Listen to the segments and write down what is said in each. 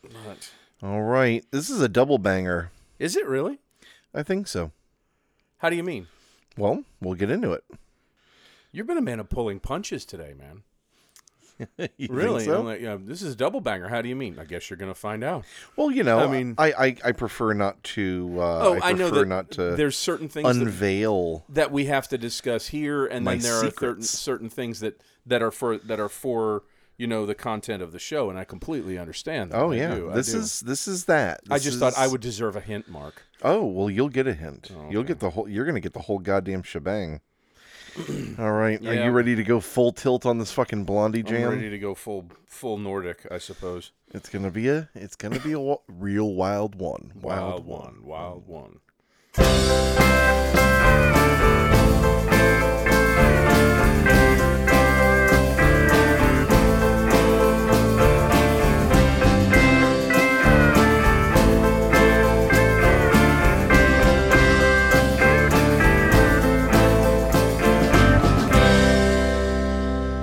But All right. This is a double banger. is it really? I think so. How do you mean? Well, we'll get into it. You've been a man of pulling punches today, man. You think Really? so? I'm like, yeah, this is a double banger. How do you mean? I guess you're gonna find out. well, you know, I I mean- mean, I, I, I prefer not to. Uh, Oh, I, I, know prefer that not to there's certain things that, unveil. that we have to discuss here, and My then there are certain secrets. certain things that that are for that are for you know the content of the show, and I completely understand. That. Oh I yeah, do, I this do. is this is that. I This just thought I is- would Oh, deserve a hint, Mark. Oh well, you'll get a hint. You'll get the whole. You're gonna get the whole goddamn shebang. All right, are Yeah. you ready to go full tilt on this fucking Blondie I'm jam? ready to go full full Nordic, I suppose. It's gonna be a. It's gonna be a wa- real wild one. Wild Wild, one. one, wild one.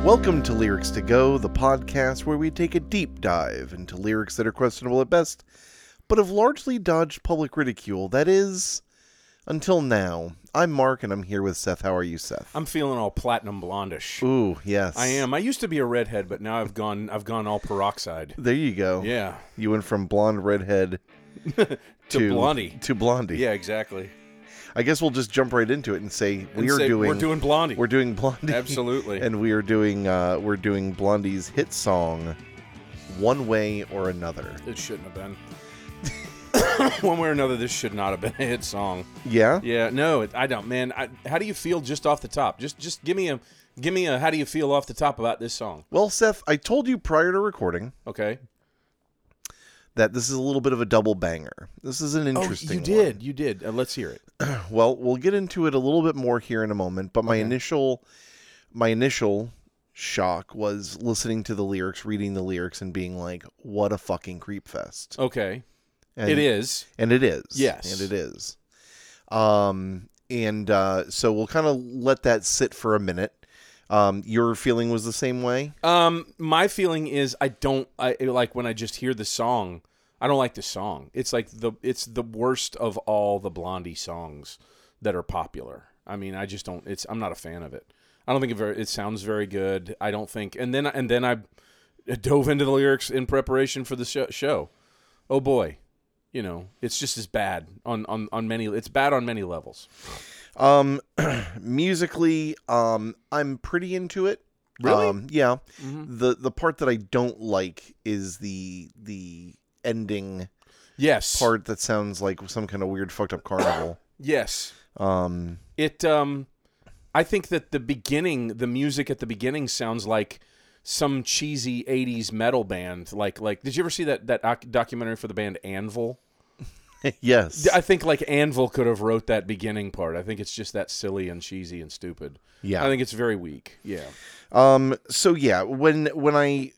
Welcome to Lyrics to Go, the podcast where we take a deep dive into lyrics that are questionable at best, but have largely dodged public ridicule. That is, until now. I'm Mark, and I'm here with Seth. How are you, Seth? I'm feeling all platinum blondish. Ooh, yes, I am. I used to be a redhead, but now I've gone. I've gone all peroxide. There you go. Yeah, You went from blonde redhead to, Blondie. to Blondie. Yeah, exactly. I guess we'll just jump right into it and say And we are say, doing We're doing Blondie. we're doing Blondie Absolutely. and we are doing uh, we're doing Blondie's hit song, one way or another. it shouldn't have been. One way or another, this should not have been a hit song. Yeah. Yeah, no, it, I don't, man. I, how do you feel just off the top? Just, just give me a, give me a. How do you feel off the top about this song? Well, Seth, I told you prior to recording Okay. that this is a little bit of a double banger. This is an Oh, interesting. you one. did. You did. Uh, let's hear it. Well, we'll get into it a little bit more here in a moment, but my initial my initial shock was listening to the lyrics, reading the lyrics and being like, what a fucking creep fest. Okay. And, Oh, it is. And it is. Yes. And it is. Um and uh so we'll kind of let that sit for a minute. Um your feeling was the same way? Um, my feeling is I don't. I like when I just hear the song. I don't like the song. It's like the it's the worst of all the Blondie songs that are popular. I mean, I just don't. It's I'm not a fan of it. I don't think it very, it sounds very good. I don't think. And then and then I dove into the lyrics in preparation for the show. show. Oh boy, you know it's just as bad on on on many. It's bad on many levels. Um, musically, um, I'm pretty into it. Really? Um, yeah. The the part that I don't like is the the ending Yes. part that sounds like some kind of weird fucked up carnival. Yes. Um, it um i think that the beginning the music at the beginning sounds like some cheesy 80s metal band like like did you ever see that that doc- documentary for the band anvil yes. i think like anvil could have wrote that beginning part i think it's just that silly and cheesy and stupid Yeah. i think it's very weak yeah Um, so yeah, when when I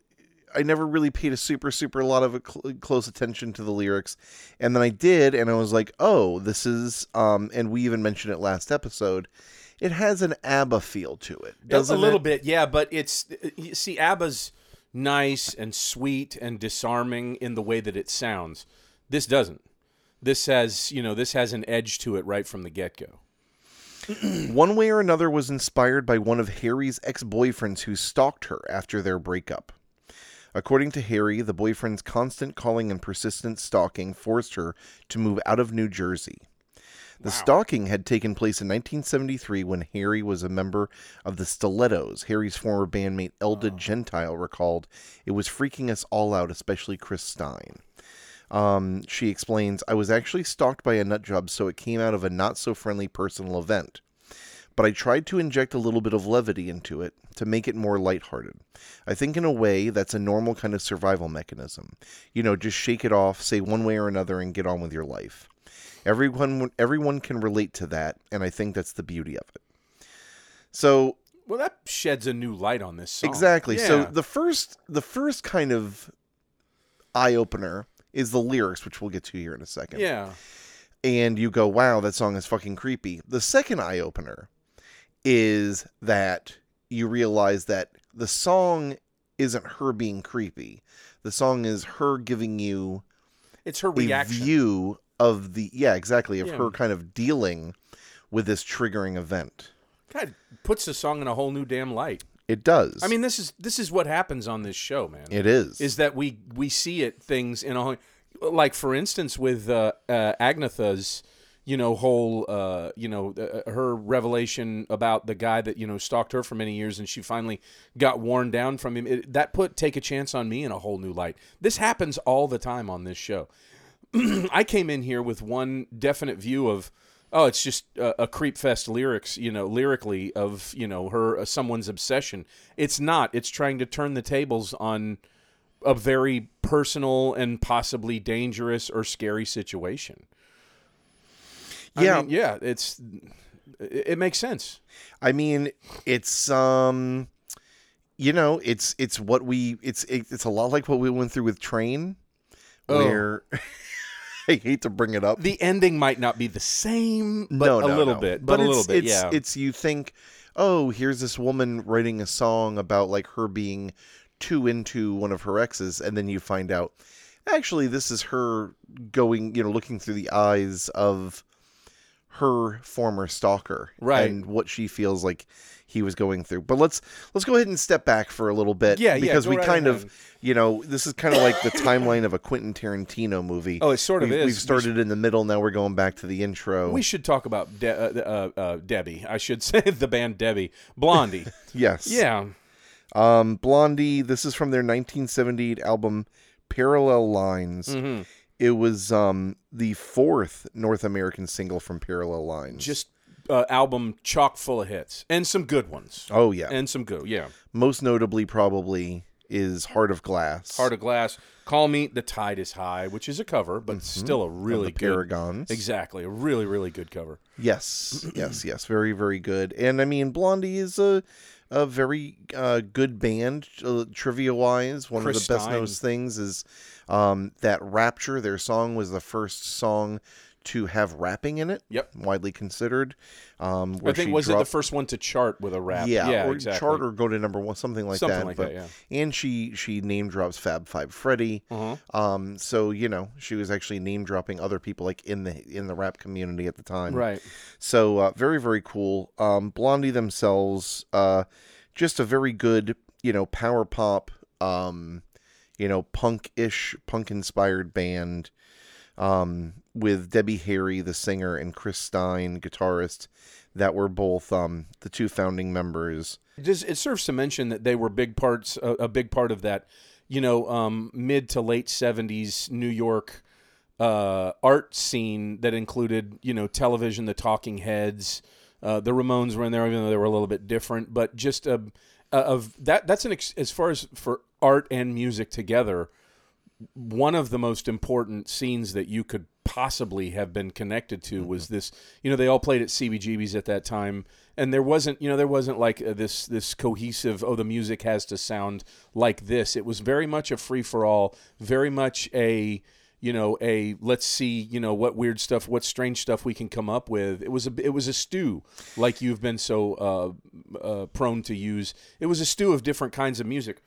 I never really paid a super super lot of cl- close attention to the lyrics, and then I did, and I was like, oh, this is um, and we even mentioned it last episode. It has an ABBA feel to it, doesn't a little it? bit yeah but it's you see abba's nice and sweet and disarming in the way that it sounds this doesn't this has you know this has an edge to it right from the get-go One Way or Another was inspired by one of Harry's ex boyfriends who stalked her after their breakup. According to Harry, the boyfriend's constant calling and persistent stalking forced her to move out of New Jersey. The stalking had taken place in 1973 when Harry was a member of the Stilettos. Harry's former bandmate Elda Gentile recalled, It was freaking us all out, especially Chris Stein. Um, she explains, I was actually stalked by a nut job, so it came out of a not so friendly personal event but I tried to inject a little bit of levity into it to make it more lighthearted. I think, in a way, that's a normal kind of survival mechanism. You know, just shake it off, say one way or another, and get on with your life. Everyone, everyone can relate to that, and I think that's the beauty of it. So Well, that sheds a new light on this song. exactly. So Oh, Yeah. the first, the first kind of eye opener is the lyrics, which we'll get to here in a second. yeah, and you go, wow, that song is fucking creepy. The second eye opener is that you realize that the song isn't her being creepy. The song is her giving you It's her a reaction. view of the yeah, exactly, of Yeah. her kind of dealing with this triggering event. God puts the song in a whole new damn light. It does. I mean, this is this is what happens on this show, man. it is. is that we we see it things in a whole- like for instance with uh, uh, Agnetha's you know whole uh, you know uh, her revelation about the guy that you know stalked her for many years and she finally got worn down from him it, that put take a chance on me in a whole new light this happens all the time on this show I came in here with one definite view of, oh, it's just a, a creep fest lyrics, you know, lyrically of you know her uh, someone's obsession. It's not. It's trying to turn the tables on a very personal and possibly dangerous or scary situation. I Yeah. mean, yeah. It's it, it makes sense. I mean, it's um you know, it's it's what we it's it, it's a lot like what we went through with train Oh. where I hate to bring it up. The ending might not be the same, but a little bit, but, a it's- little bit, It's, yeah. it's you think, oh, here's this woman writing a song about like her being too into one of her exes, and then you find out actually this is her going, you know, looking through the eyes of her former stalker, Right. and what she feels like he was going through. But let's let's go ahead and step back for a little bit, Yeah, yeah, because go we right kind ahead. of, you know, this is kind of like the timeline of a Quentin Tarantino movie. oh, it sort of We've, is. we've started in the middle. Now we're going back to the intro. We should talk about De- uh, uh, uh, Debbie. I should say the band Debbie, Blondie. Yes. yeah. Um, Blondie. This is from their 1978 album Parallel Lines. Mhm. It was um the fourth North American single from Parallel Lines. just uh, album chock full of hits and some good ones oh yeah. and some good yeah Most notably, probably is Heart of Glass. heart of glass call me the tide is high which is a cover but still a really Mm-hmm. the good Paragons. exactly a really really good cover Yes, yes, yes. Very, very good. And I mean, Blondie is a a very uh, good band. Uh, Trivia wise, one Chris of the best known things is um, that Rapture. Their song was the first song to have rapping in it. Yep. widely considered. Um, i where think she was it the dropped- first one to chart with a rap yeah, yeah or exactly chart or go to number one, something like Something that. like but, that, And she she name drops Fab Five Freddy. uh-huh. Um, so you know she was actually name dropping other people like in the in the rap community at the time. right So uh, very very cool. Um, Blondie themselves, uh, just a very good you know power pop, um, you know punk ish punk inspired band, um, with Debbie Harry the singer and Chris Stein guitarist, that were both um, the two founding members. Does it serves to mention that they were big parts, a, a big part of that, you know, um, mid to late seventies New York uh, art scene that included, you know, television, the Talking Heads, uh, the Ramones were in there, even though they were a little bit different. But just a, a, of that, that's an ex- as far as for art and music together, one of the most important scenes that you could possibly have been connected to was this you know they all played at CBGB's at that time and there wasn't you know there wasn't like uh, this this cohesive oh the music has to sound like this it was very much a free for all very much a you know a let's see you know what weird stuff what strange stuff we can come up with it was a it was a stew like you've been so uh, uh, prone to use it was a stew of different kinds of music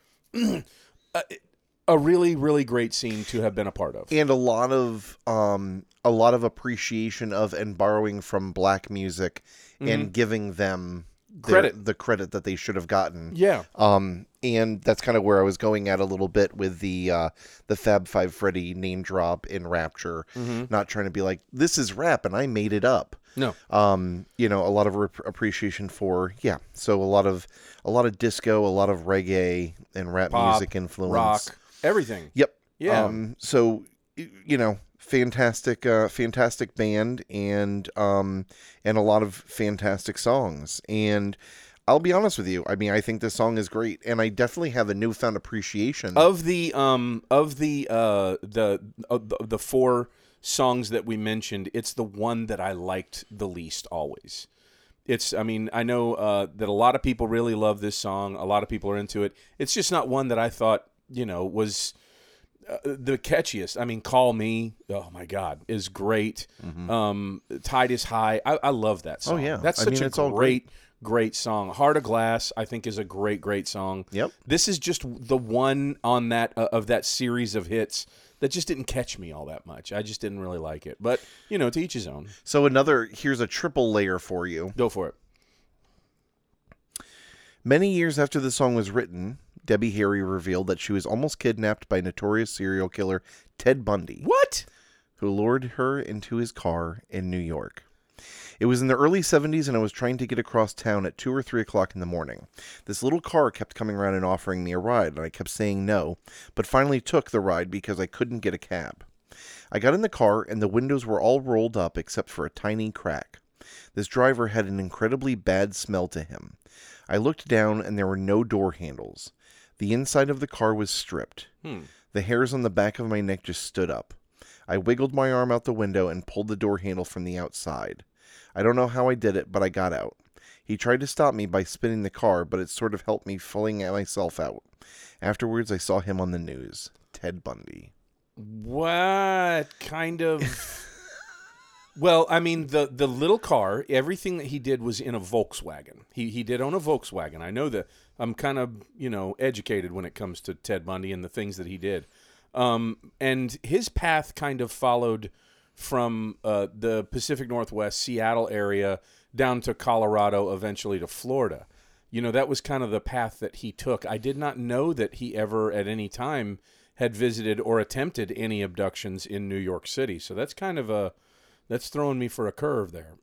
a really really great scene to have been a part of and a lot of um a lot of appreciation of and borrowing from black music and giving them the, Credit. the credit that they should have gotten yeah um and that's kind of where i was going at a little bit with the uh the fab five freddy name drop in rapture not trying to be like this is rap and i made it up Mm-hmm. no um you know a lot of rep- appreciation for yeah so a lot of a lot of disco a lot of reggae and rap Pop, music influence rock everything Yep. Yeah. Um, so y- you know, fantastic, uh, fantastic band, and um, and a lot of fantastic songs. And I'll be honest with you. I mean, I think this song is great, and I definitely have a newfound appreciation. of the um of the uh the of the, the four songs that we mentioned it's the one that i liked the least always it's i mean i know uh that a lot of people really love this song a lot of people are into it it's just not one that i thought you know was uh, the catchiest i mean call me oh my god is great um tide is high i, I love that song Mm-hmm. Oh, yeah. that's I such mean, a it's all great great song. Heart of Glass, I think, is a great, great song. Yep. This is just the one on that uh, of that series of hits that just didn't catch me all that much. I just didn't really like it. But you know, to each his own. So another here's a triple layer for you. Go for it. Many years after the song was written, Debbie Harry revealed that she was almost kidnapped by notorious serial killer Ted Bundy, What? who lured her into his car in New York. It was in the early 70s, and I was trying to get across town at 2 or 3 o'clock in the morning. This little car kept coming around and offering me a ride, and I kept saying no, but finally took the ride because I couldn't get a cab. I got in the car, and the windows were all rolled up except for a tiny crack. This driver had an incredibly bad smell to him. I looked down, and there were no door handles. The inside of the car was stripped. The hairs on the back of my neck just stood up. I wiggled my arm out the window and pulled the door handle from the outside. I don't know how I did it, but I got out. He tried to stop me by spinning the car, but it sort of helped me filling myself out. Afterwards, I saw him on the news. Ted Bundy. What kind of? well, I mean the the little car. Everything that he did was in a Volkswagen. He he did own a Volkswagen. I know that I'm kind of you know educated when it comes to Ted Bundy and the things that he did. Um, and his path kind of followed from uh, the Pacific Northwest, Seattle area, down to Colorado, eventually to Florida. You know, that was kind of the path that he took. I did not know that he ever at any time had visited or attempted any abductions in New York City. So that's kind of a that's throwing me for a curve there.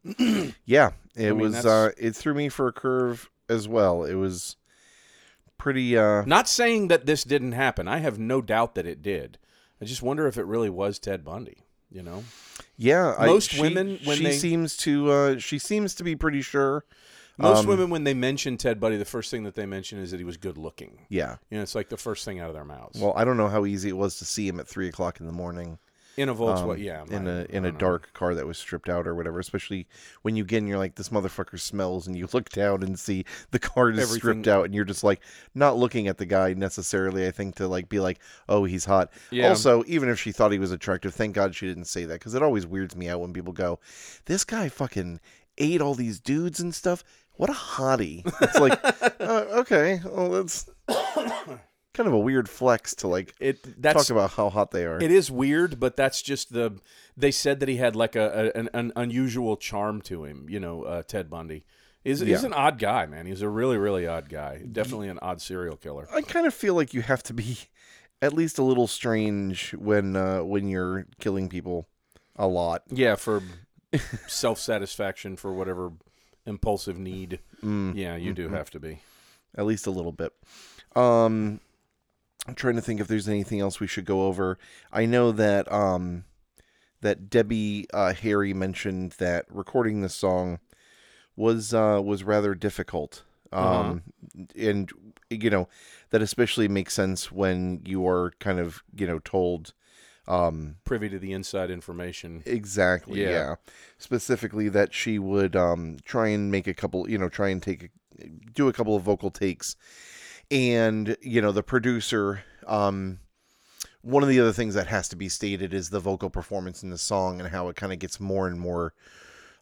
Yeah, it mean, was. that's- Uh, it threw me for a curve as well. It was pretty. Uh, Not saying that this didn't happen. I have no doubt that it did. I just wonder if it really was Ted Bundy, you know? yeah, I- Most she- women, when she they- seems to. Uh, she seems to be pretty sure. Um, Most women, when they mention Ted Bundy, the first thing that they mention is that he was good looking. Yeah. You know, it's like the first thing out of their mouths. Well, I don't know how easy it was to see him at three o'clock in the morning. in a um, Volkswagen, yeah. in my- a in I don't know. a dark car that was stripped out or whatever. Especially when you get in, you're like, this motherfucker smells, and you look down and see the car is stripped Everything- out, and you're just like, not looking at the guy necessarily. I think to like be like, oh, he's hot. Yeah. Also, even if she thought he was attractive, thank God she didn't say that because it always weirds me out when people go, this guy fucking ate all these dudes and stuff. What a hottie! It's like, uh, okay, well that's kind of a weird flex to like It that's talk about how hot they are. It is weird, but that's just the. They said that he had like a, a an, an unusual charm to him. You know, uh, Ted Bundy is he's, Yeah. an odd guy, man. He's a really really odd guy. Definitely an odd serial killer. I kind of feel like you have to be at least a little strange when uh, when you're killing people a lot. Yeah, for self satisfaction for whatever impulsive need. Yeah, you do have to be. Mm, At least a little bit. Um, I'm trying to think if there's anything else we should go over. I know that um, that Debbie uh, Harry mentioned that recording this song was uh, was rather difficult. Um, and you know that especially makes sense when you are kind of you know told um, Privy to the inside information. Exactly. Yeah. Yeah. Specifically, that she would um, try and make a couple, you know, try and take, a, do a couple of vocal takes, and you know, the producer. Um, one of the other things that has to be stated is the vocal performance in the song and how it kind of gets more and more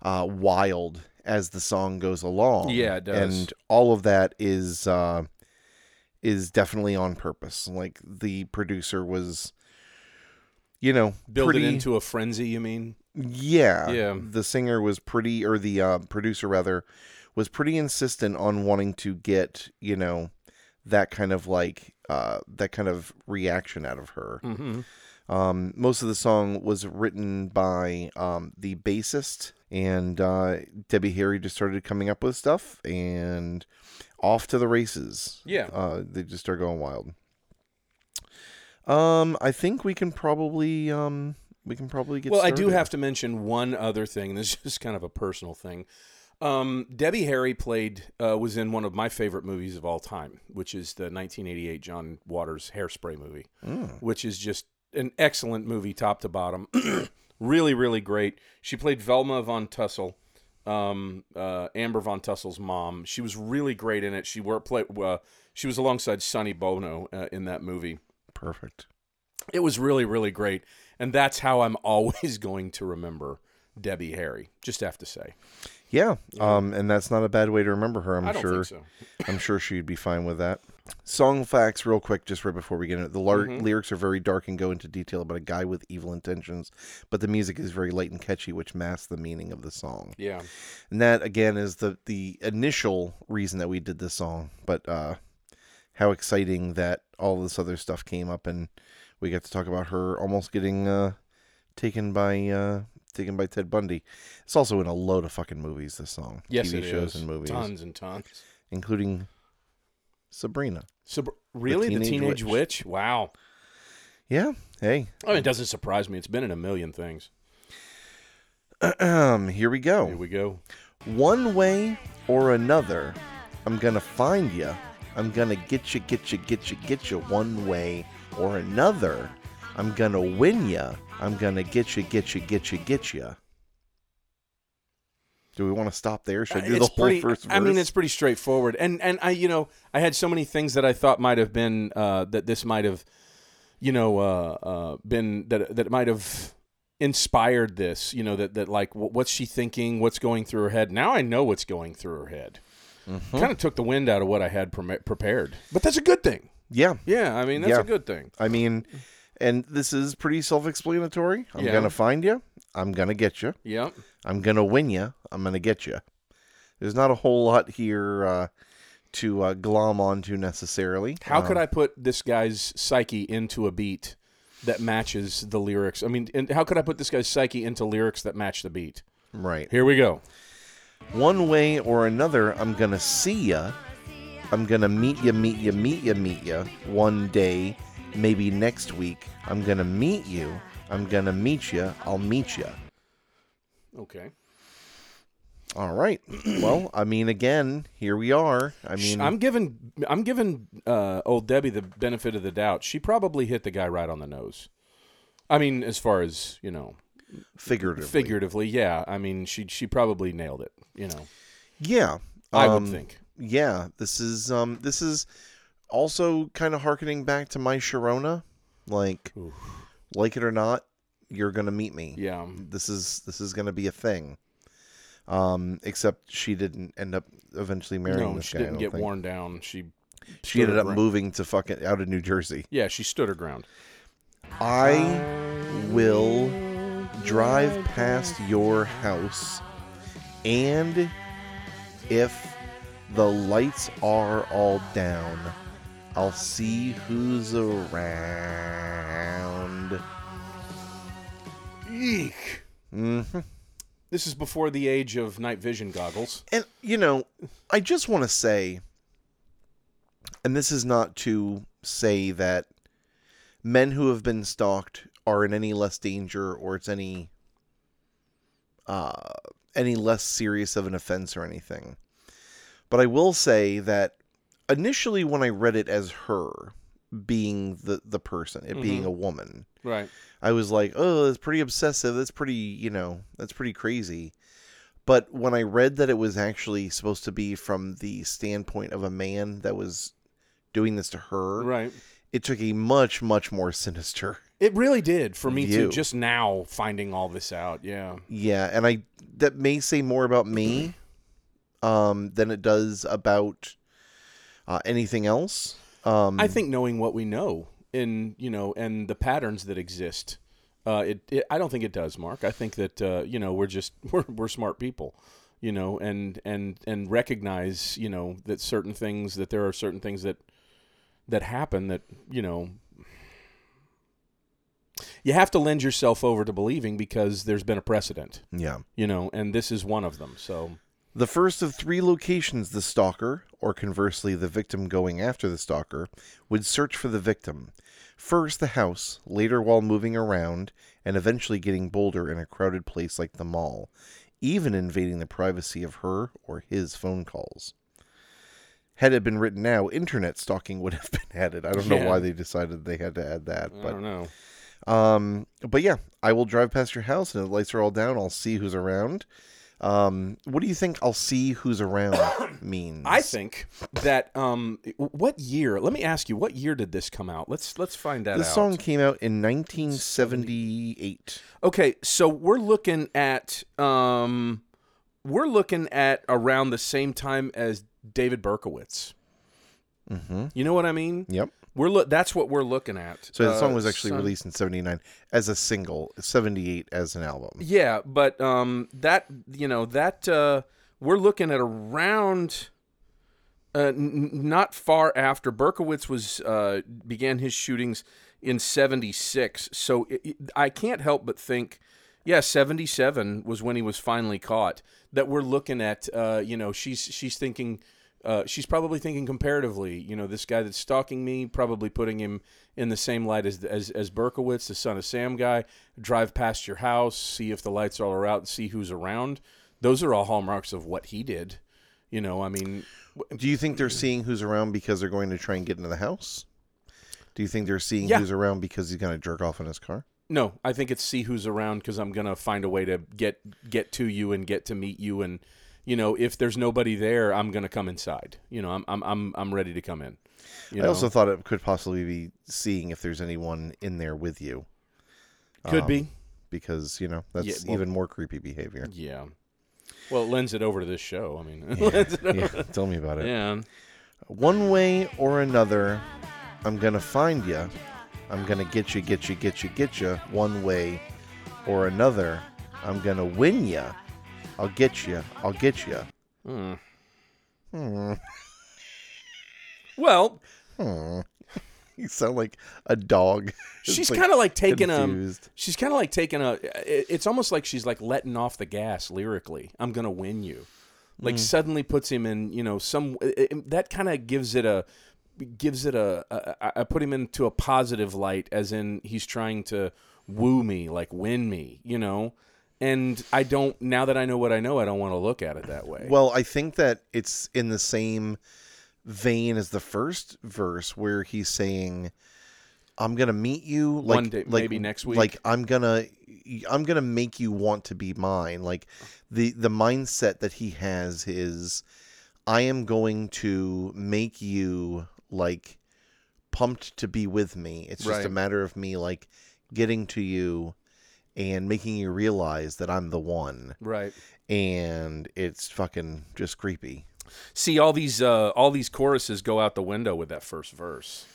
uh, wild as the song goes along. Yeah, it does. And all of that is uh, is definitely on purpose. Like the producer was, you know, Build pretty- it into a frenzy. You mean? yeah. Yeah. The singer was pretty, or the uh, producer rather, was pretty insistent on wanting to get, you know, that kind of like, uh, that kind of reaction out of her. Mm-hmm. Um, most of the song was written by um, the bassist, and uh, Debbie Harry just started coming up with stuff and off to the races. Yeah. Uh, they just start going wild. Um, I think we can probably um, we can probably get. well i do started. have to mention one other thing this is just kind of a personal thing um, debbie harry played uh, was in one of my favorite movies of all time which is the 1988 john waters hairspray movie Mm. which is just an excellent movie top to bottom really really great she played velma von tussle um, uh, Amber Von Tussel's mom. She was really great in it. She were play, uh, She was alongside Sonny Bono uh, in that movie Perfect. it was really really great and that's how i'm always going to remember Debbie Harry. Just have to say, Yeah. Um, and that's not a bad way to remember her, I'm I don't sure. think so. I'm sure she'd be fine with that. Song facts, real quick, just right before we get into it. The lar- Mm-hmm. lyrics are very dark and go into detail about a guy with evil intentions, but the music is very light and catchy, which masks the meaning of the song. Yeah, And that again is the the initial reason that we did this song, but uh how exciting that all this other stuff came up and we got to talk about her almost getting uh taken by uh taken by Ted Bundy. It's also in a load of fucking movies this song. yes, TV it is. shows and movies, tons and tons. including Sabrina. So really, the Teenage teenage, witch? Wow. Yeah. Hey. Oh, it doesn't surprise me. It's been in a million things. Um, here we Here go. we go. One way or another, I'm gonna find you. I'm gonna get you, get you, get you, get you. One way or another, I'm gonna win you. I'm gonna get you, get you, get you, get you. Do we want to stop there? Should I do the Uh, It's whole pretty- first verse? I mean, it's pretty straightforward. And and I, you know, I had so many things that I thought might have been uh, that this might have, you know, uh, uh, been that that might have inspired this. You know, that that like, wh- what's she thinking? What's going through her head? Now I know what's going through her head. Mm-hmm. Kind of took the wind out of what I had preme- prepared, but that's a good thing. yeah. Yeah, I mean, that's Yeah. a good thing. I mean, and this is pretty self-explanatory. I'm Yeah. gonna find you. I'm gonna get you. Yeah, I'm gonna win you. I'm gonna get you. There's not a whole lot here uh, to uh, glom onto necessarily. Uh, How could I put this guy's psyche into a beat that matches the lyrics? I mean, and how could I put this guy's psyche into lyrics that match the beat? Right. Here we go. One way or another, I'm gonna see ya. I'm gonna meet ya, meet ya, meet ya, meet ya. One day, maybe next week, I'm gonna meet you. I'm gonna meet ya. I'll meet ya. Okay. All right. well, I mean, again, here we are. I mean, I'm giving I'm giving uh, old Debbie the benefit of the doubt. She probably hit the guy right on the nose. I mean, as far as you know, figuratively. figuratively, yeah. I mean, she she probably nailed it. You know, yeah. I um, would think. yeah this is um this is also kind of harkening back to my sharona like Oof. like it or not you're gonna meet me Yeah. this is this is gonna be a thing um except she didn't end up eventually marrying No, this she guy I didn't don't get think. worn down. She she stood ended her up ground. moving to fucking out of new jersey Yeah, she stood her ground. i will drive past your house and if the lights are all down i'll see who's around Eek. Mhm. This is before the age of night vision goggles. and you know i just want to say and this is not to say that men who have been stalked are in any less danger or it's any uh, any less serious of an offense or anything. But I will say that initially, when I read it as her being the the person, it being a woman, Right. I was like, oh, that's pretty obsessive. That's pretty, you know, that's pretty crazy. But when I read that it was actually supposed to be from the standpoint of a man that was doing this to her, Right. it took a much, much more sinister It really did for me View. to just now finding all this out. Yeah. Yeah, and I that may say more about me um than it does about uh, anything else. Um I think knowing what we know and you know and the patterns that exist, uh, it, it I don't think it does, Mark. I think that uh, you know we're just we're, we're smart people, you know, and and and recognize you know that certain things that there are certain things that that happen that you know you have to lend yourself over to believing because there's been a precedent, yeah. you know, and this is one of them. So The first of three locations the stalker, or conversely the victim going after the stalker, would search for the victim. First the house, later while moving around, and eventually getting bolder in a crowded place like the mall, even invading the privacy of her or his phone calls. Had it been written now, internet stalking would have been added. I don't know Yeah. why they decided they had to add that, I but don't know. um, but yeah, I will drive past your house and if the lights are all down. I'll see who's around. Um, what do you think I'll see who's around means? I think that um, what year? Let me ask you, what year did this come out? Let's let's find that This out. song came out in 1978. Okay, so we're looking at um, we're looking at around the same time as David Berkowitz. Mm-hmm. You know what I mean? Yep. We're look. That's what we're looking at. So the Uh, song was actually some- released in 79 as a single, 78 as an album. Yeah, but um, that you know that uh, we're looking at around. Uh, n- n- not far after Berkowitz was uh, began his shootings in '76, so it, it- I can't help but think, yeah, '77 was when he was finally caught. That we're looking at, uh, you know, she's she's thinking, uh, she's probably thinking comparatively. You know, this guy that's stalking me, probably putting him in the same light as as, as Berkowitz, the son of Sam guy. Drive past your house, see if the lights all are out, and see who's around. Those are all hallmarks of what he did. You know, I mean, Do you think Mm. they're seeing who's around because they're going to try and get into the house? Do you think they're seeing Yeah. who's around because he's going to jerk off in his car? No, I think it's see who's around because I'm gonna find a way to get get to you and get to meet you and you know if there's nobody there I'm gonna come inside. You know I'm I'm I'm, I'm ready to come in. You I know? also thought it could possibly be seeing if there's anyone in there with you. could be Um, because you know that's Yeah, well- even more creepy behavior. yeah. Well, it lends it over to this show. I mean, it lends it over- yeah, tell me about it. yeah. One way or another, I'm gonna find you. I'm gonna get you, get you, get you, get you. One way or another, I'm gonna win you. I'll get you. I'll get you. Hmm. Well, You sound like a dog. It's she's like kind of like taking um, a. confused. She's kind of like taking a. it- It's almost like she's like letting off the gas lyrically. I'm gonna win you. Like suddenly puts him in. You know, some it- it- that kind of gives it a gives it a. a- I I put him into a positive light, as in he's trying to woo me, like win me. You know, and I don't. Now that I know what I know, I don't want to look at it that way. Well, I think that it's in the same vein as the first verse where he's saying, "I'm gonna meet you like One day- like- maybe next week. Like I'm gonna, I'm gonna make you want to be mine." Like the the mindset that he has is, "I am going to make you like pumped to be with me. It's just a Right. matter of me like getting to you." And making you realize that I'm the one right. and it's fucking just creepy. see all these uh, all these choruses go out the window with that first verse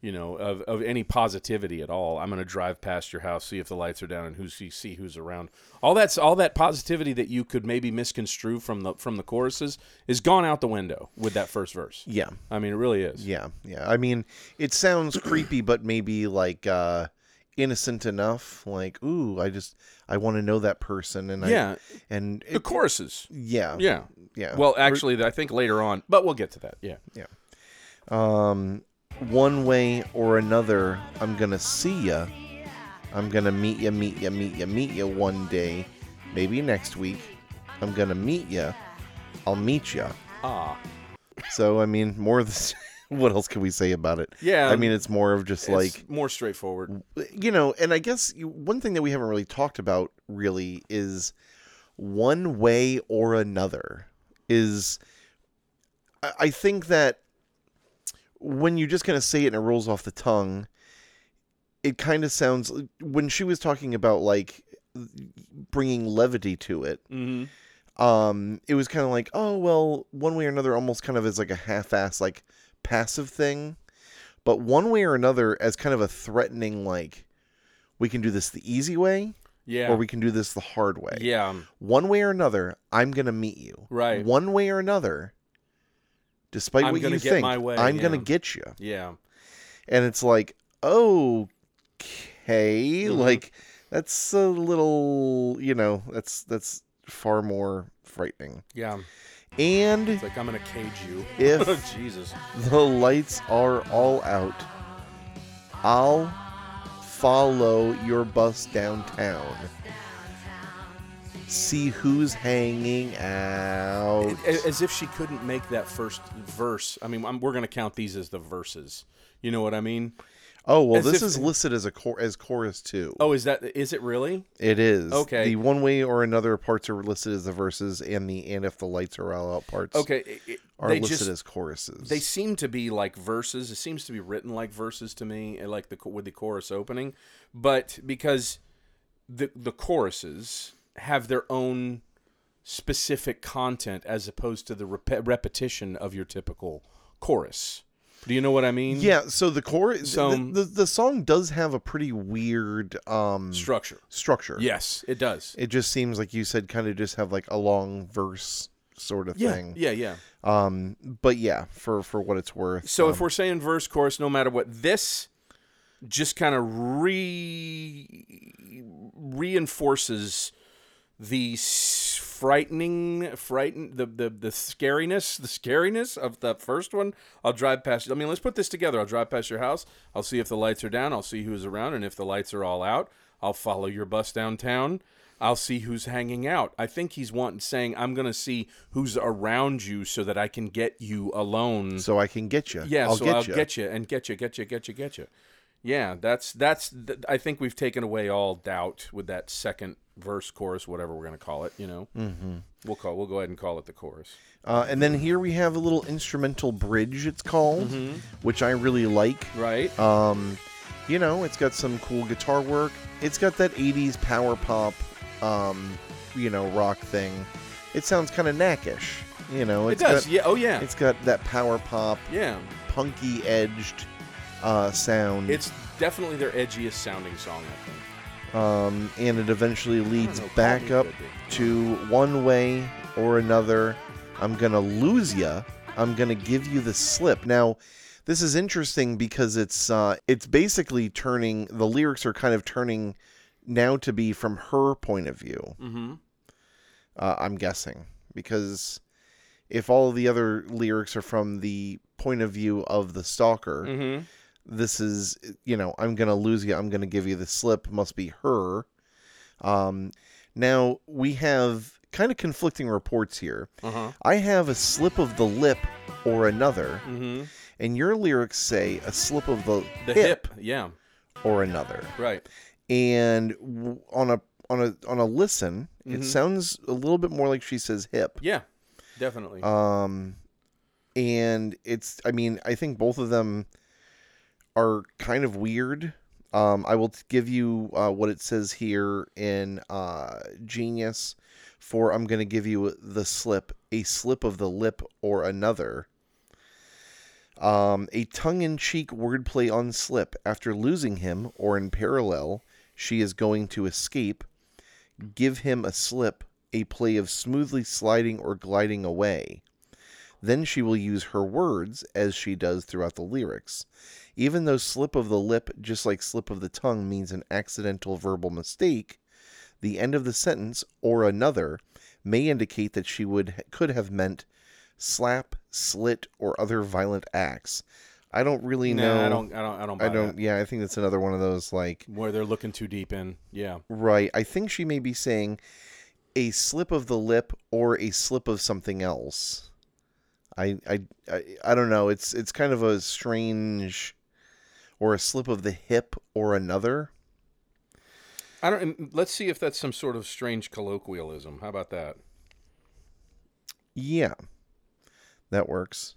you know of, of any positivity at all i'm going to drive past your house see if the lights are down and who's see, see who's around all that's all that positivity that you could maybe misconstrue from the from the choruses is gone out the window with that first verse Yeah, i mean it really is yeah, yeah. I mean, it sounds creepy, but maybe like uh innocent enough. Like, ooh, I just I want to know that person, and Yeah. I, and the it, choruses yeah, yeah yeah. well actually i think later on but we'll get to that yeah um, one way or another, I'm gonna see ya. I'm gonna meet ya, meet ya, meet ya, meet ya one day, maybe next week. I'm gonna meet ya. I'll meet ya. ah So I mean, more of this. what else can we say about it? Yeah, I mean, Um, it's more of just like it's more straightforward you know, and I guess you- one thing that we haven't really talked about really is one way or another is. I- I think that when you're just gonna say it and it rolls off the tongue, it kind of sounds when she was talking about like bringing levity to it mm-hmm. um it was kind of like oh well one way or another almost kind of as like a half-ass like passive thing but one way or another as kind of a threatening like we can do this the easy way yeah or we can do this the hard way yeah one way or another i'm gonna meet you Right. one way or another despite I'm what gonna you get think my way, i'm gonna yeah. get you yeah and it's like okay Mhm. like that's a little you know that's that's far more frightening yeah and it's like i'm going to cage you Oh, If- jesus The lights are all out. I'll follow your bus downtown. See who's hanging out. A- as if she couldn't make that first verse. I mean, I'm, we're going to count these as the verses. You know what I mean? Oh well, As this if- is listed as a chor- as chorus two. Oh, is that is it really? It is Okay. The one way or another parts are listed as the verses, and the and if the lights are all out parts Okay, it- it- are they listed just as choruses. they seem to be like verses. It seems to be written like verses to me, and like the cho- with the chorus opening, but because the the choruses have their own specific content as opposed to the rep- repetition of your typical chorus. Do you know what I mean? yeah. So the chorus, So- the, the the song does have a pretty weird um Structure. structure. Yes, it does. It just seems like you said, kind of just have like a long verse sort of Yeah, thing. yeah, yeah. Um, but yeah, for for what it's worth. So if we're saying verse chorus, no matter what, this just kind of re reinforces the s- frightening, frighten the the the scariness, the scariness of the first one. I'll drive past. I mean, let's put this together. I'll drive past your house. I'll see if the lights are down. I'll see who's around, and if the lights are all out, I'll follow your bus downtown. I'll see who's hanging out. I think he's wanting saying I'm going to see who's around you so that I can get you alone. so I can get you. Yeah, I'll so get I'll you. get you and get you, get you, get you, get you. Yeah, that's that's. Th- I think we've taken away all doubt with that second verse, chorus, whatever we're gonna call it. You know, mm-hmm. we'll call. We'll go ahead and call it the chorus. Uh, and then here we have a little instrumental bridge. It's called, Mm-hmm. which I really like. Right. Um, you know, it's got some cool guitar work. It's got that 80s power pop, um, you know, rock thing. It sounds kind of knackish. You know, it it's does. Got, yeah. Oh yeah. It's got that power pop, yeah. punky edged uh, sound. It's definitely their edgiest sounding song. I think. um, and it eventually leads know, Paul, back you up could be. to one way or another. I'm gonna lose ya. I'm gonna give you the slip. Now, this is interesting because it's uh, it's basically turning the lyrics are kind of turning now to be from her point of view. Mm-hmm. Uh, I'm guessing because if all the other lyrics are from the point of view of the stalker, Mm-hmm. this is you know i'm gonna lose you i'm gonna give you the slip must be her um now we have kind of conflicting reports here Uh huh. i have a slip of the lip or another Mm-hmm. and your lyrics say a slip of the, The hip, hip. Yeah. or another Right. and w- on a on a on a listen Mm-hmm. it sounds a little bit more like she says hip Yeah. Definitely. um and it's i mean i think both of them are kind of weird um i will t- give you uh, what it says here in uh genius for i'm gonna give you the slip a slip of the lip or another um a tongue-in-cheek wordplay on slip after losing him or in parallel she is going to escape give him a slip, a play of smoothly sliding or gliding away. Then she will use her words as she does throughout the lyrics. Even though slip of the lip, just like slip of the tongue, means an accidental verbal mistake, the end of the sentence or another may indicate that she would could have meant slap, slit, or other violent acts. I don't really Nah, know. I don't. I don't. I don't. Buy I That. don't. Yeah, I think that's another one of those like Where they're looking too deep in. Yeah. Right. I think she may be saying a slip of the lip or a slip of something else. I I I, I don't know. It's it's kind of a strange or a slip of the hip or another. I don't. and Let's see if that's some sort of strange colloquialism. How about that? Yeah. That works.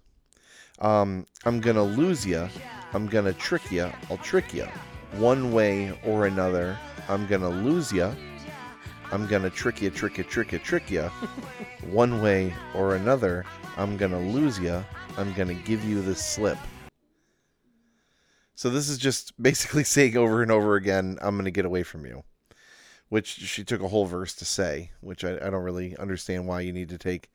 Um I'm going to lose ya. I'm going to trick ya. I'll trick ya. One way or another. I'm going to lose ya. I'm gonna trick you, trick you, trick you, trick you. One way or another, I'm gonna lose you. I'm gonna give you the slip. So this is just basically saying over and over again, I'm gonna get away from you, which she took a whole verse to say, which I, I don't really understand why you need to take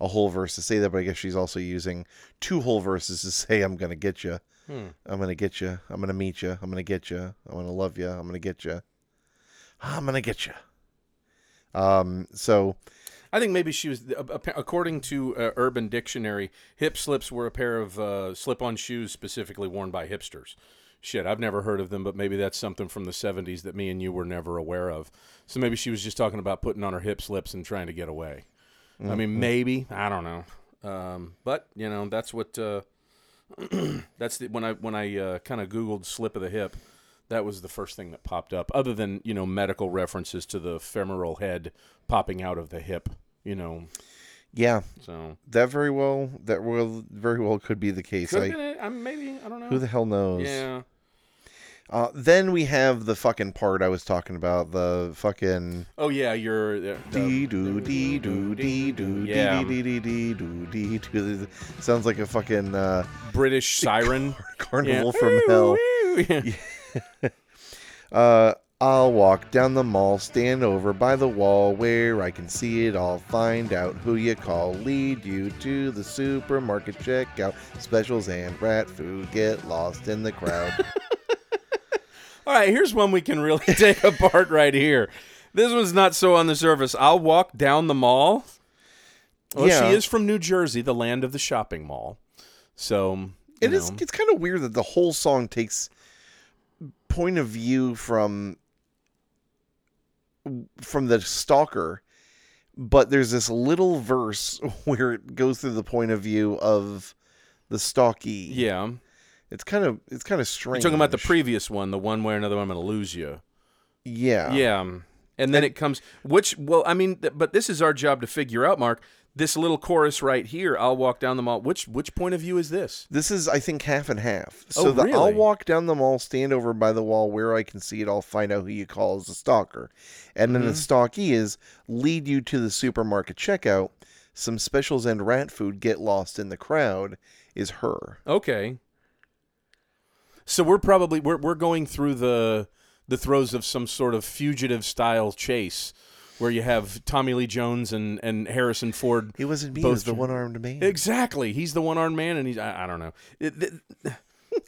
a whole verse to say that, but I guess she's also using two whole verses to say, I'm gonna get you. Hmm. I'm gonna get you. I'm gonna meet you. I'm gonna get you. I'm gonna love you. I'm gonna get you. I'm gonna get you. Um. So I think maybe she was, ap- according to uh, Urban Dictionary, hip slips were a pair of uh, slip-on shoes specifically worn by hipsters. Shit, I've never heard of them, but maybe that's something from the '70s that me and you were never aware of. So maybe she was just talking about putting on her hip slips and trying to get away. I mean, maybe I don't know, um, but you know, that's what uh, That's the, when I when I uh, kind of googled slip of the hip. That was the first thing that popped up, other than you know medical references to the femoral head popping out of the hip. You know, Yeah, so that very well that will very well could be the case. could I, have been it. I'm maybe I don't know. who the hell knows? yeah, Uh, then we have the fucking part I was talking about. The fucking Oh yeah, you're the, the- dee doo dee doo dee doo Yeah. dee dee dee dee doo dee doo. Sounds like a fucking uh, British siren. Yeah. carnival from Woo, hell. woo. Yeah. Uh, I'll walk down the mall, stand over by the wall where I can see it all. Find out who you call, lead you to the supermarket checkout. Specials and rat food, get lost in the crowd. All right, here's one we can really take apart right here. This one's not so on the surface. I'll walk down the mall. Well, Yeah. she is from New Jersey, the land of the shopping mall. So It you is. know. It's kind of weird that the whole song takes point of view from from the stalker, but there's this little verse where it goes through the point of view of the stalky. Yeah, It's kind of it's kind you're of strange. talking about the previous one, the one way or another I'm going to lose you. Yeah. Yeah. And then it comes, which, well, I mean, th- but this is our job to figure out, Mark. This little chorus right here, I'll walk down the mall. Which which point of view is this? This is, I think, half and half. So Oh, the I'll really? walk down the mall, stand over by the wall where I can see it all, find out who you call as the stalker. And then the stalky is lead you to the supermarket checkout. Some specials and rat food get lost in the crowd is her. Okay. So we're probably we're we're going through the the throes of some sort of fugitive style chase where you have Tommy Lee Jones and and Harrison Ford. It wasn't me, it Both was the true. one armed man. Exactly. He's the one-armed man and he's I, I don't know. It- th-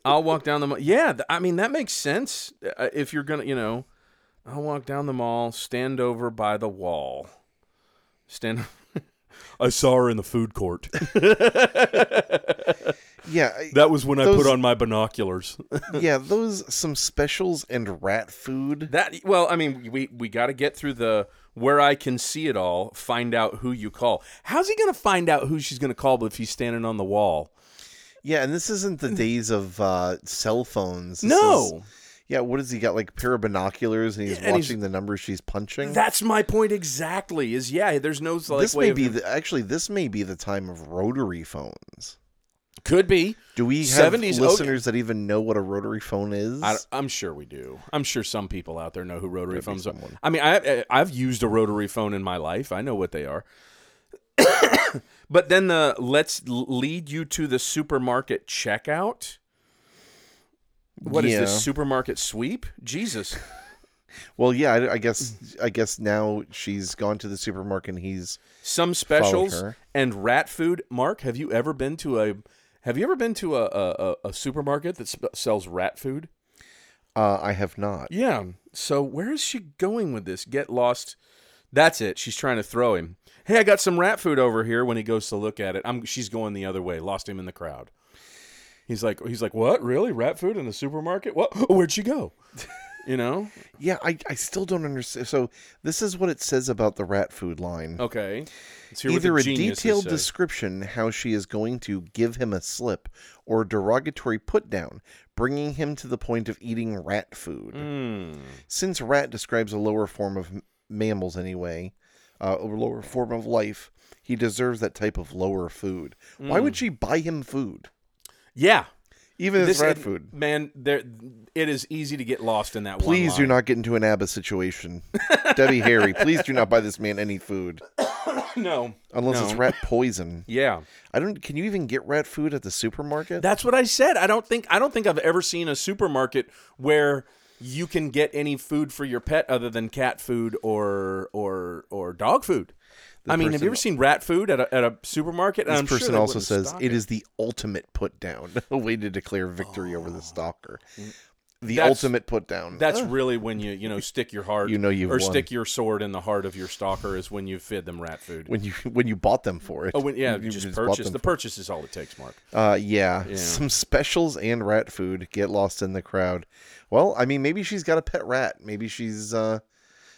I'll walk down the mall. Yeah, th- I mean that makes sense uh, if you're going to, you know, I'll walk down the mall, stand over by the wall. Stand I saw her in the food court. yeah. I- That was when I Those- put on my binoculars. yeah, those some specials and rat food. That well, I mean, we we got to get through the where I can see it all. Find out who you call. How's he gonna find out who she's gonna call if he's standing on the wall? Yeah, and this isn't the days of uh, cell phones. This is- no, yeah, what has he got? Like a pair of binoculars and he's and he's- watching the numbers she's punching? that's my point exactly. Is yeah, there's no like this way may of- be the, actually this may be the time of rotary phones. could be. Do we have 70s okay. listeners that even know what a rotary phone is? I, am sure we do. I'm sure some people out there know who rotary Gotta be phones are. someone. I mean, I, I- I've used a rotary phone in my life. I know what they are. but then the let's l- lead you to the supermarket checkout. What is Yeah. this supermarket sweep? Jesus. well, yeah, I, I guess I guess now she's gone to the supermarket and he's Some Followed specials her. and rat food. Mark, have you ever been to a have you ever been to a a, a- a supermarket that sp- sells rat food? uh, I have not. Yeah. So where is she going with this? Get lost. That's it. She's trying to throw him. Hey, I got some rat food over here. When he goes to look at it, I'm she's going the other way. Lost him in the crowd. He's like he's like, "What? Really? Rat food in the supermarket? What? Where'd she go?" You know? Yeah, I, I still don't understand. So this is what it says about the rat food line. Okay. Let's hear what the Either a geniuses detailed say. description how she is going to give him a slip or derogatory put down, bringing him to the point of eating rat food. Hmm. since rat describes a lower form of m- mammals anyway, uh, a lower form of life, he deserves that type of lower food. Why Hmm. would she buy him food, Yeah. even if it's rat it- food? Man, there it is easy to get lost in that one Please do line. not get into an ABBA situation, Debbie Harry. Please do not buy this man any food No. unless it's No. rat poison. Yeah. I don't. Can you even get rat food at the supermarket? That's what I said. I don't think I don't think I've ever seen a supermarket where you can get any food for your pet other than cat food or or or dog food. I mean, have person- you ever seen rat food at a, at a supermarket? And this I'm sure person they also wouldn't says stock it is the ultimate put down, a way to declare victory over the stalker. The Oh. Mm. That's- ultimate put down. That's really when you you know stick your heart You know you've or won. stick your sword in the heart of your stalker is when you fed them rat food. when you when you bought them for it. oh, when, yeah, you just, just bought purchase. them The purchase is all it takes, Mark. Uh, yeah. Some specials and rat food get lost in the crowd. Well, I mean, maybe she's got a pet rat. Maybe she's uh,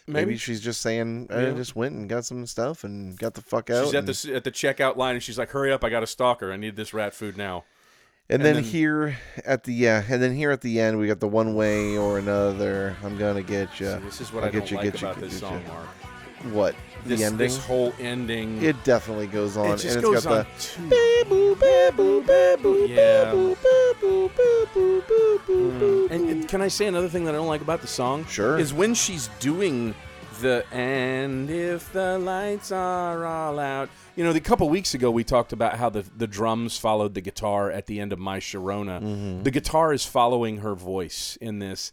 maybe, Maybe. she's just saying, I just went and got some stuff and got the fuck out. She's at Oh, and- the at the checkout line and she's like, "Hurry up! I got a stalker. I need this rat food now." And, And then, then- here at the yeah, and then here at the end we got the one way or another. I'm gonna get you. See, this is what I'll I don't get you, like get you, about get this you. song, Mark. What This, the ending? this whole ending. it definitely goes on, it just and goes it's got on too. the. Boo, boo, boo, boo, boo, Yeah. boo, boo, boo, boo, boo, boo, boo, boo, And, and can I say another thing that I don't like about the song? Sure. Is when she's doing the and if the lights are all out. You know, the couple weeks ago we talked about how the the drums followed the guitar at the end of My Sharona. Mm-hmm. The guitar is following her voice in this.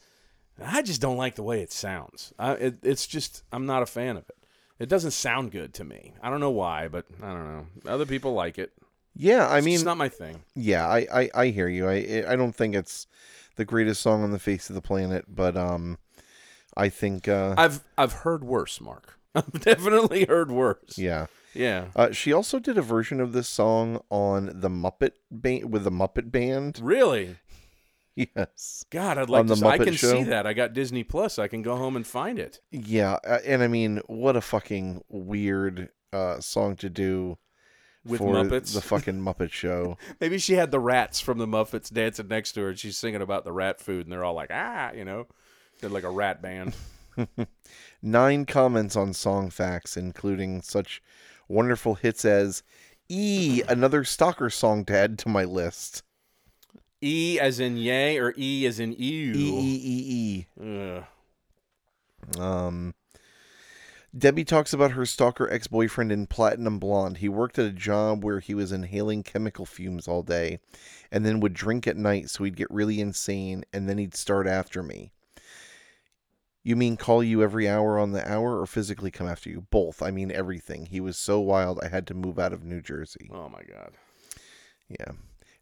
I just don't like the way it sounds. I, it, it's just I'm not a fan of it. It doesn't sound good to me. I don't know why, but I don't know. Other people like it. Yeah, I I mean, mean, it's not my thing. yeah, I, I, I hear you. I, I don't think it's the greatest song on the face of the planet, but um, I think uh, I've I've heard worse, Mark. I've definitely heard worse. yeah. yeah. Uh, she also did a version of this song on the Muppet band with the Muppet Band. Really? Yes. God, I'd like On the to. see- I Muppet can Show? see that. I got Disney Plus. I can go home and find it. Yeah, uh, and I mean, what a fucking weird uh, song to do With for Muppets? the fucking Muppet Show. Maybe she had the rats from the Muppets dancing next to her, and she's singing about the rat food, and they're all like, ah, you know, they're like a rat band. Nine comments on song facts, including such wonderful hits as "E," another stalker song to add to my list. E as in yay, or E as in E ew. E Ugh. E E. Um, Debbie talks about her stalker ex boyfriend in Platinum Blonde. He worked at a job where he was inhaling chemical fumes all day and then would drink at night, so he'd get really insane and then he'd start after me. You mean call you every hour on the hour or physically come after you? Both. I mean everything. He was so wild, I had to move out of New Jersey. Oh my god. Yeah.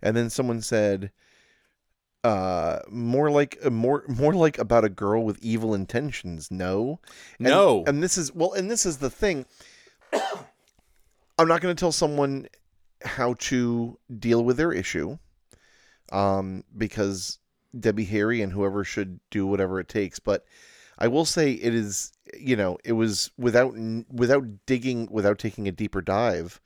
And then someone said uh more like uh, more more like about a girl with evil intentions no And- No. and this is well and this is the thing i'm not going to tell someone how to deal with their issue um because debbie harry and whoever should do whatever it takes but i will say it is you know it was without n- without digging without taking a deeper dive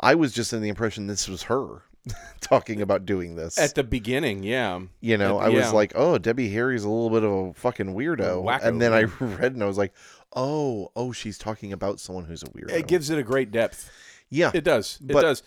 i was just in the impression this was her talking about doing this At the beginning, yeah. you know, Uh, I was yeah. like, "Oh, Debbie Harry's a little bit of a fucking weirdo," wacko, and then I read and I was like, "Oh, oh, she's talking about someone who's a weirdo." It gives it a great depth. yeah, It does. It But- does.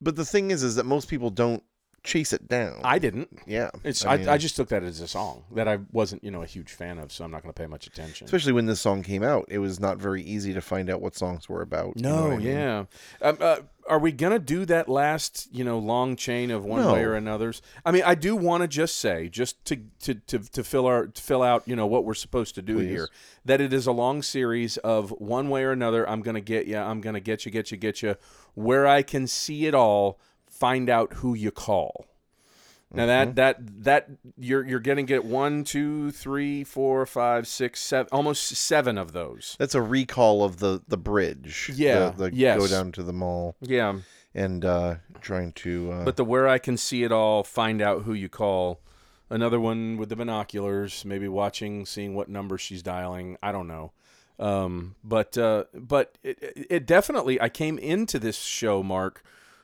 but the thing is, is that most people don't chase it down. I didn't. yeah, It's I I, mean- I, just took that as a song that I wasn't, you know, a huge fan of, so I'm not going to pay much attention. especially when this song came out, it was not very easy to find out what songs were about. you know No, what I mean? yeah. Um, uh, are we gonna do that last, you know, long chain of one No. way or another's? I mean, I do want to just say, just to, to to to fill our to fill out, you know, what we're supposed to do Please. here, that it is a long series of one way or another. I'm gonna get you. I'm gonna get you. Get you. Get you. Where I can see it all, find out who you call. Now Mm-hmm. that that that you're you're gonna get one, two, three, four, five, six, seven, almost seven of those. that's a recall of the the bridge. Yeah, the, the yes. go down to the mall Yeah. and uh trying to. Uh, But the where I can see it all, find out who you call. Another one with the binoculars, maybe watching, seeing what number she's dialing. I don't know. Um, but uh, but it, it- it definitely, I came into this show, Mark,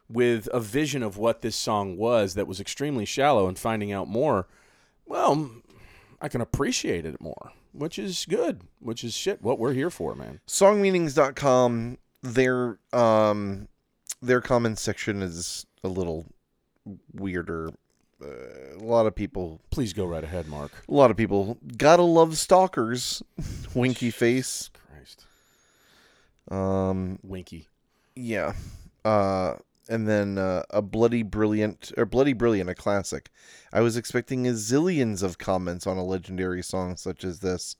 with a vision of what this song was that was extremely shallow, and finding out more, well, I can appreciate it more, which is good, which is shit, what we're here for, man. songmeanings.com their um their comments section is a little weirder uh, a lot of people Please go right ahead, Mark. a lot of people gotta love stalkers winky face Christ. um Winky. yeah uh and then uh, a bloody brilliant or bloody brilliant a classic i was expecting a zillions of comments on a legendary song such as this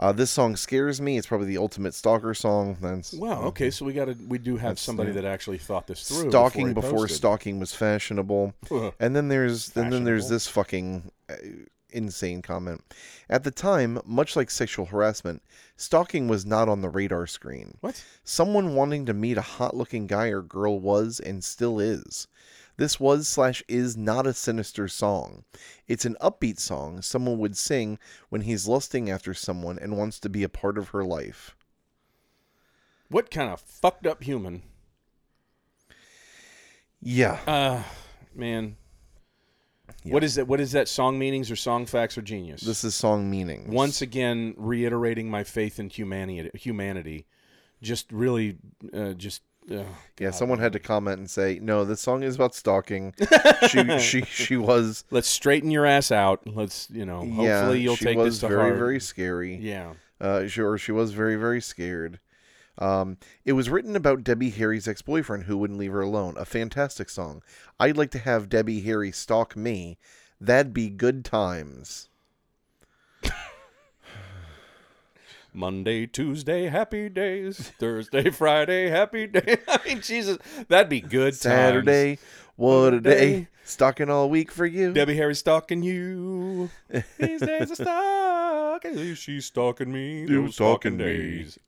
uh, this song scares me it's probably the ultimate stalker song that's Wow. Okay. So we got to we do have somebody the- that actually thought this through. stalking before, he stalking was fashionable. posted. And then there's and then there's Fashionable. this fucking uh, insane comment. At the time, much like sexual harassment, stalking was not on the radar screen. what? Someone wanting to meet a hot-looking guy or girl was and still is. This was slash is not a sinister song. It's an upbeat song someone would sing when he's lusting after someone and wants to be a part of her life. What kind of fucked up human? Yeah. Uh man. What is that? What is that? Song meanings or song facts or genius? This is song meaning. Once again, reiterating my faith in humanity. Humanity, just really, uh, just. Uh, yeah, someone had to comment and say, "No, this song is about stalking." she she she was let's straighten your ass out. Let's you know. Hopefully yeah, you'll she take was this to very heart. very scary. yeah. Uh, sure, she was very very scared. Um, it was written about Debbie Harry's ex-boyfriend who wouldn't leave her alone. A fantastic song. I'd like to have Debbie Harry stalk me. That'd be good times. Monday, Tuesday, happy days. Thursday, Friday, happy day. I mean, Jesus, that'd be good. times. Saturday, what a Day. day. Stalking all week for you. Debbie Harry's stalking you. These days are stalking. She's stalking me. You Those stalking stalking me. days.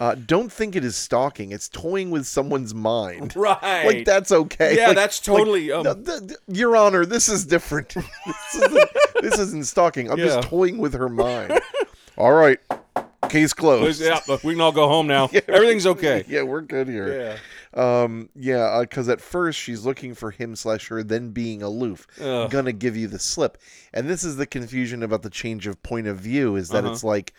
Uh, don't think it is stalking. It's toying with someone's mind. Right. Like that's okay. Yeah, Like- that's like, totally. um, no, th- th- Your Honor, this is different. this, isn't, this isn't stalking. I'm Yeah. just toying with her mind. All right, Please, case closed. yeah, look, we can all go home now. Everything's okay. Yeah, we're good here. Yeah. Um, yeah, because at first she's looking for him slash her, then being aloof, Ugh. gonna give you the slip, and this is the confusion about the change of point of view is that Uh-huh. it's like,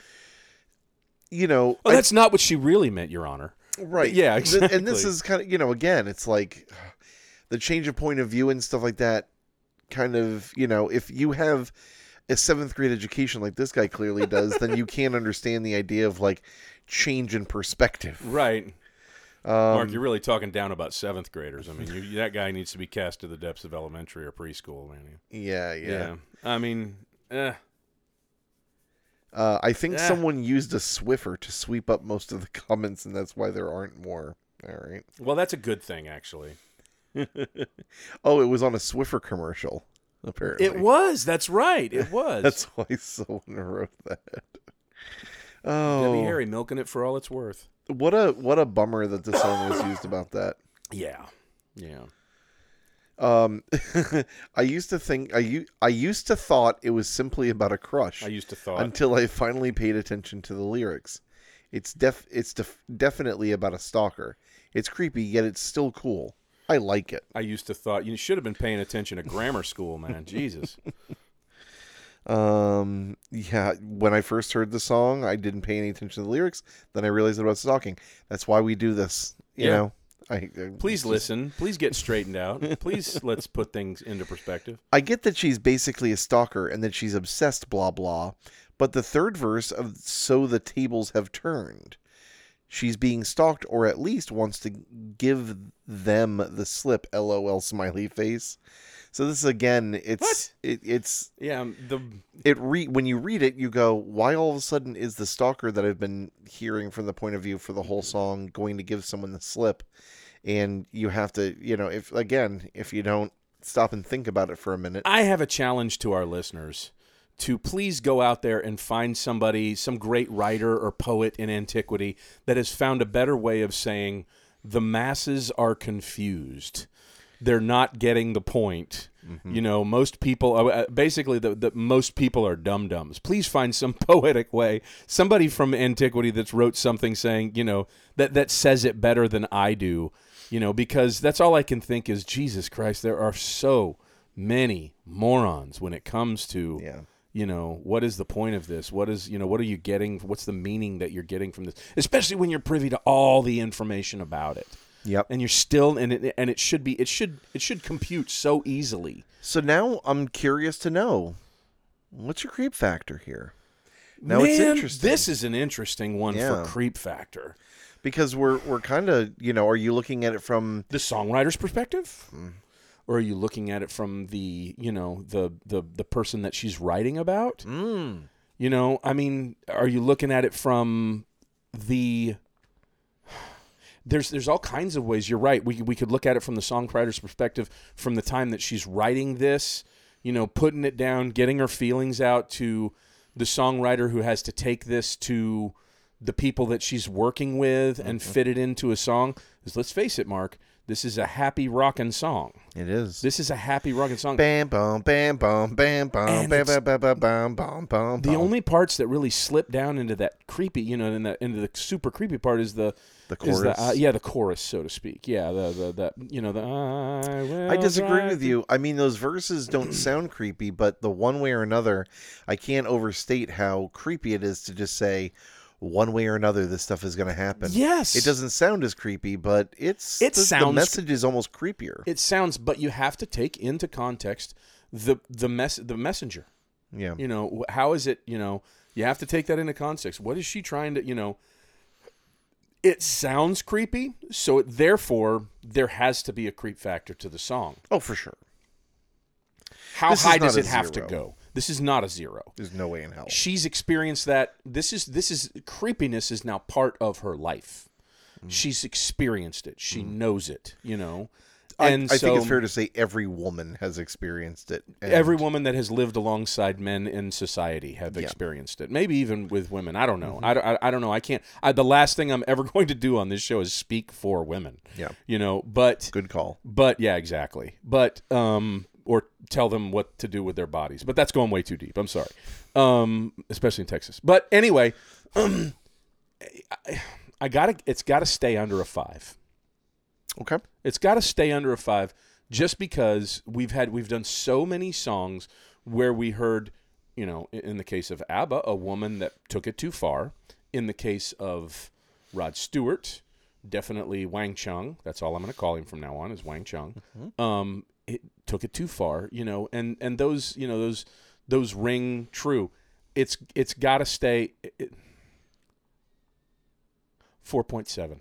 you know, Oh, I- that's not what she really meant, Your Honor. Right. Yeah, Th- And this exactly. is kind of, you know, again, it's like the change of point of view and stuff like that. Kind of, you know, if you have a seventh grade education like this guy clearly does, then you can't understand the idea of like change in perspective. Right. Mark, Um, you're really talking down about seventh graders. I mean, you, that guy needs to be cast to the depths of elementary or preschool, man. yeah, yeah. I mean, eh. Uh, I think Yeah. someone used a Swiffer to sweep up most of the comments, and that's why there aren't more. All right. well, that's a good thing, actually. Oh, it was on a Swiffer commercial, apparently. It was. That's right. It was. That's why someone wrote that. Oh. Debbie Harry milking it for all it's worth. What a what a bummer that the song was used about that. Yeah. Yeah. Um, I used to think I u- I used to thought it was simply about a crush I used to thought. until I finally paid attention to the lyrics. It's def it's def- definitely about a stalker. It's creepy yet it's still cool. I like it. I used to thought you should have been paying attention to grammar school, man. Jesus. Um, yeah, when I first heard the song, I didn't pay any attention to the lyrics. Then I realized it was stalking. That's why we do this. You Yeah. know, I I- Please listen. Please get straightened out. Please let's put things into perspective. I get that she's basically a stalker and that she's obsessed, blah, blah. But the third verse of So the Tables Have Turned, she's being stalked or at least wants to give them the slip, lol, smiley face. So this again, it's it, it's Yeah, um, the it re when you read it, you go, why all of a sudden is the stalker that I've been hearing from the point of view for the whole song going to give someone the slip? And you have to, you know, if again, if you don't stop and think about it for a minute, I have a challenge to our listeners to please go out there and find somebody, some great writer or poet in antiquity that has found a better way of saying the masses are confused. They're not getting the point. You know, most people uh, uh, basically the, the most people are dum dums. Please find some poetic way, somebody from antiquity that's wrote something saying, you know, that that says it better than I do. You know, because that's all I can think is Jesus Christ. There are so many morons when it comes to Yeah. you know what is the point of this what is you know what are you getting what's the meaning that you're getting from this especially when you're privy to all the information about it Yep. and you're still and it and it should be it should it should compute so easily So now I'm curious to know what's your creep factor here? Now it's Man, interesting. this is an interesting one Yeah. for creep factor Because we're we're kind of, you know, are you looking at it from the songwriter's perspective or are you looking at it from the you know the the the person that she's writing about you know i mean are you looking at it from the there's there's all kinds of ways you're right we, we could look at it from the songwriter's perspective from the time that she's writing this you know putting it down getting her feelings out to the songwriter who has to take this to the people that she's working with and fit it into a song. Because let's face it, Mark, this is a happy rockin' song. It is. This is a happy rockin' song. bam, bam, bam, bam, bam, bam, And bam, it's- bam, bam, bam, bam, bam, bam. The only parts that really slip down into that creepy, you know, in the into the super creepy part is the The is the, uh, chorus. yeah, the chorus, so to speak. Yeah, the the, the you know the I, will I disagree drive with through-" you. I mean, those verses don't sound creepy, but the one way or another, I can't overstate how creepy it is to just say, one way or another, this stuff is going to happen. Yes, It doesn't sound as creepy, but it's It the, the sounds- message is almost creepier. It sounds, but you have to take into context the the mess the messenger. yeah. You know wh- how is it? You know you have to take that into context. What is she trying to? You know, it sounds creepy, so it, therefore there has to be a creep factor to the song. Oh, for sure. How This is high not does a it have to zero. go? This is not a zero. There's no way in hell. she's experienced that this is this is creepiness is now part of her life Mm. she's experienced it she knows it you know I, and I so think it's fair to say every woman has experienced it. and- every woman that has lived alongside men in society have experienced it maybe even with women i don't know I, Mm-hmm. don't, I, I don't know i can't I, the last thing i'm ever going to do on this show is speak for women Yeah. you know but Good call. but yeah exactly but um or tell them what to do with their bodies but that's going way too deep i'm sorry um especially in texas but anyway um i, I gotta it's gotta stay under a five Okay. it's gotta stay under a five just because we've had we've done so many songs where we heard you know i- in the case of abba a woman that took it too far in the case of rod stewart definitely wang chung that's all i'm going to call him from now on is wang chung um, it took it too far, you know, and and those you know those those ring true. It's it's got to stay. It, Four point seven.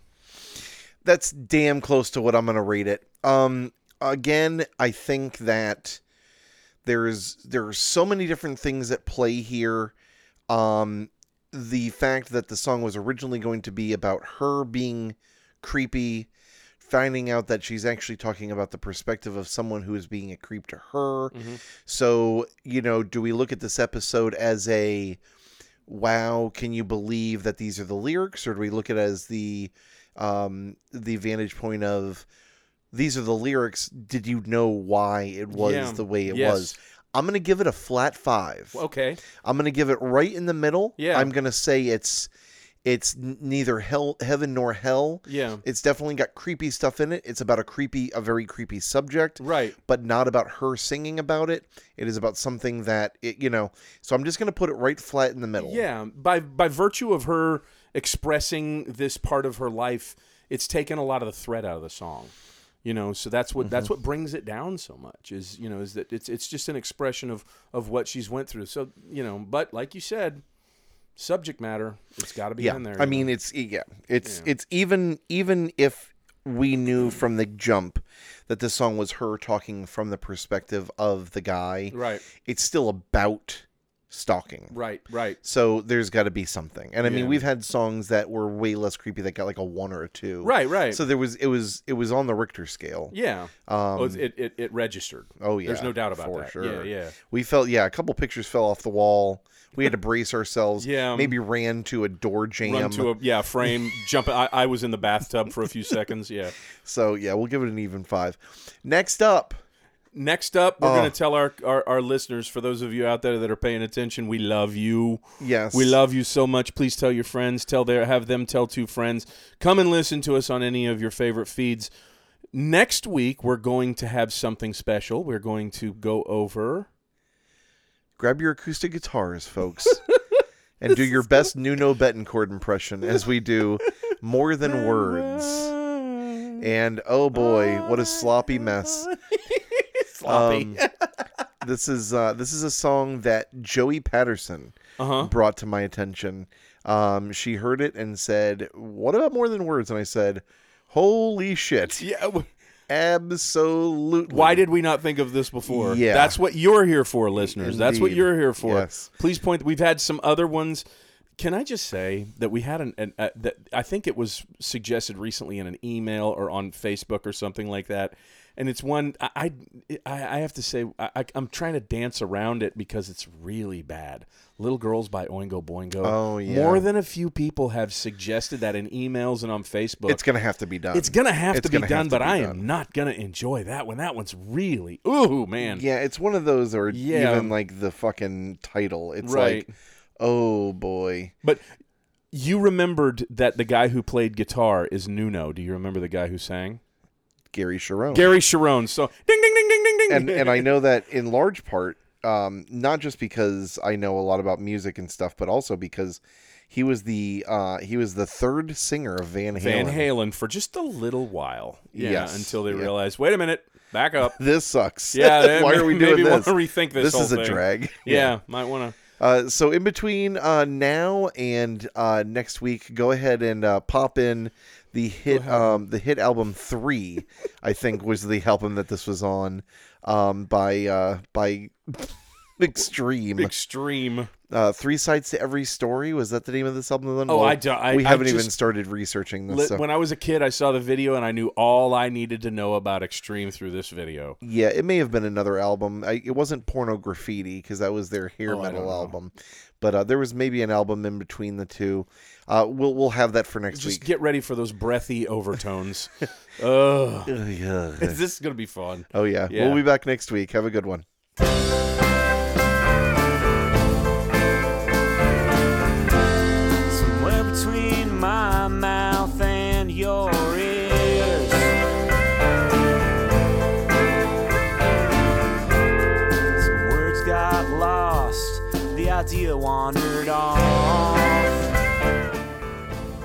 That's damn close to what I'm going to rate it. Um, again, I think that there's there are so many different things at play here. Um, the fact that the song was originally going to be about her being creepy, finding out that she's actually talking about the perspective of someone who is being a creep to her. Mm-hmm. So, you know, do we look at this episode as a wow, can you believe that these are the lyrics, or do we look at it as the um the vantage point of these are the lyrics, did you know why it was Yeah. the way it Yes. was? I'm gonna give it a flat five. Okay. I'm gonna give it right in the middle. Yeah. I'm gonna say it's it's n- neither hell heaven nor hell. Yeah. It's definitely got creepy stuff in it. It's about a creepy, a very creepy subject Right. but not about her singing about it. It is about something that it, you know. So I'm just gonna put it right flat in the middle. Yeah. By by virtue of her expressing this part of her life, it's taken a lot of the thread out of the song. You know, so that's what Mm-hmm. that's what brings it down so much is you know is that it's it's just an expression of of what she's went through. So you know, but like you said, subject matter it's got to be yeah. in there. I you know. mean, it's yeah, it's it's even even if we knew from the jump that this song was her talking from the perspective of the guy. Right. It's still about stalking. right, right. So there's got to be something. And I mean, Yeah. we've had songs that were way less creepy that got like a one or a two. Right, right. So there was it was it was on the Richter scale. yeah. Um, oh, it's- it, it it registered. Oh yeah, There's no doubt about for that. Sure. Yeah, yeah. We felt yeah, a couple pictures fell off the wall. We had to brace ourselves. Yeah. um, maybe ran to a door jam. Run to a yeah frame jump. I, I was in the bathtub for a few seconds. Yeah. So yeah, we'll give it an even five. Next up, Next up, we're going to tell our, our our listeners, for those of you out there that are paying attention, we love you. yes, We love you so much. Please tell your friends. Tell their have them tell two friends. Come and listen to us on any of your favorite feeds. Next week, we're going to have something special. We're going to go over. Grab your acoustic guitars, folks, and do your best Nuno Betancourt impression as we do more than words. And oh boy, what a sloppy mess. Sloppy. Um, this is uh, this is a song that Joey Patterson Uh-huh. brought to my attention. Um, she heard it and said, "What about more than words?" And I said, "Holy shit! Yeah. w- Absolutely!" Why did we not think of this before? Yeah. That's what you're here for, listeners. That's what Indeed. you're here for. Yes. Please point. We've had some other ones Can I just say that we had an, an uh, that I think it was suggested recently in an email or on Facebook or something like that, and it's one I I, I have to say I, I- I'm trying to dance around it because it's really bad. Little girls by Oingo Boingo. Oh, yeah. More than a few people have suggested that in emails and on Facebook. It's gonna have to be done. It's gonna have It's to be gonna have done, to but be I done. am not gonna enjoy that one. That one's really ooh man. Yeah, it's one of those, or Yeah. even like the fucking title. It's Right. like, oh boy. But you remembered that the guy who played guitar is Nuno. Do you remember the guy who sang? Gary Sharon. Gary Sharon. So ding ding ding ding ding ding. and and I know that in large part, um, not just because I know a lot about music and stuff, but also because he was the uh, he was the third singer of Van Halen. Van Halen for just a little while. Yeah, Yes, until they yeah. realized, wait a minute, back up. This sucks. Yeah, why are we maybe doing this? Wanna rethink this. this is whole a thing. drag. Yeah, might want Uh, so in between uh, now and uh, next week, go ahead and uh, pop in the hit um, the hit album three. I think was the album that this was on um, by uh, by to Extreme. extreme. Uh, three sides to every story was that the name of this album? Oh, Well, I don't- I- we I haven't just- even started researching this. Li- so- When I was a kid, I saw the video and I knew all I needed to know about extreme through this video. Yeah, it may have been another album. I, it wasn't Porno Graffiti because that was their hair Oh, I don't metal know. album, but uh, there was maybe an album in between the two. Uh, we'll we'll have that for next Just week. get ready for those breathy overtones. Ugh, Oh yeah. this is gonna be fun. Oh yeah. Yeah. We'll be back next week. Have a good one. somewhere between my mouth and your ears. Some words got lost, the idea wandered off.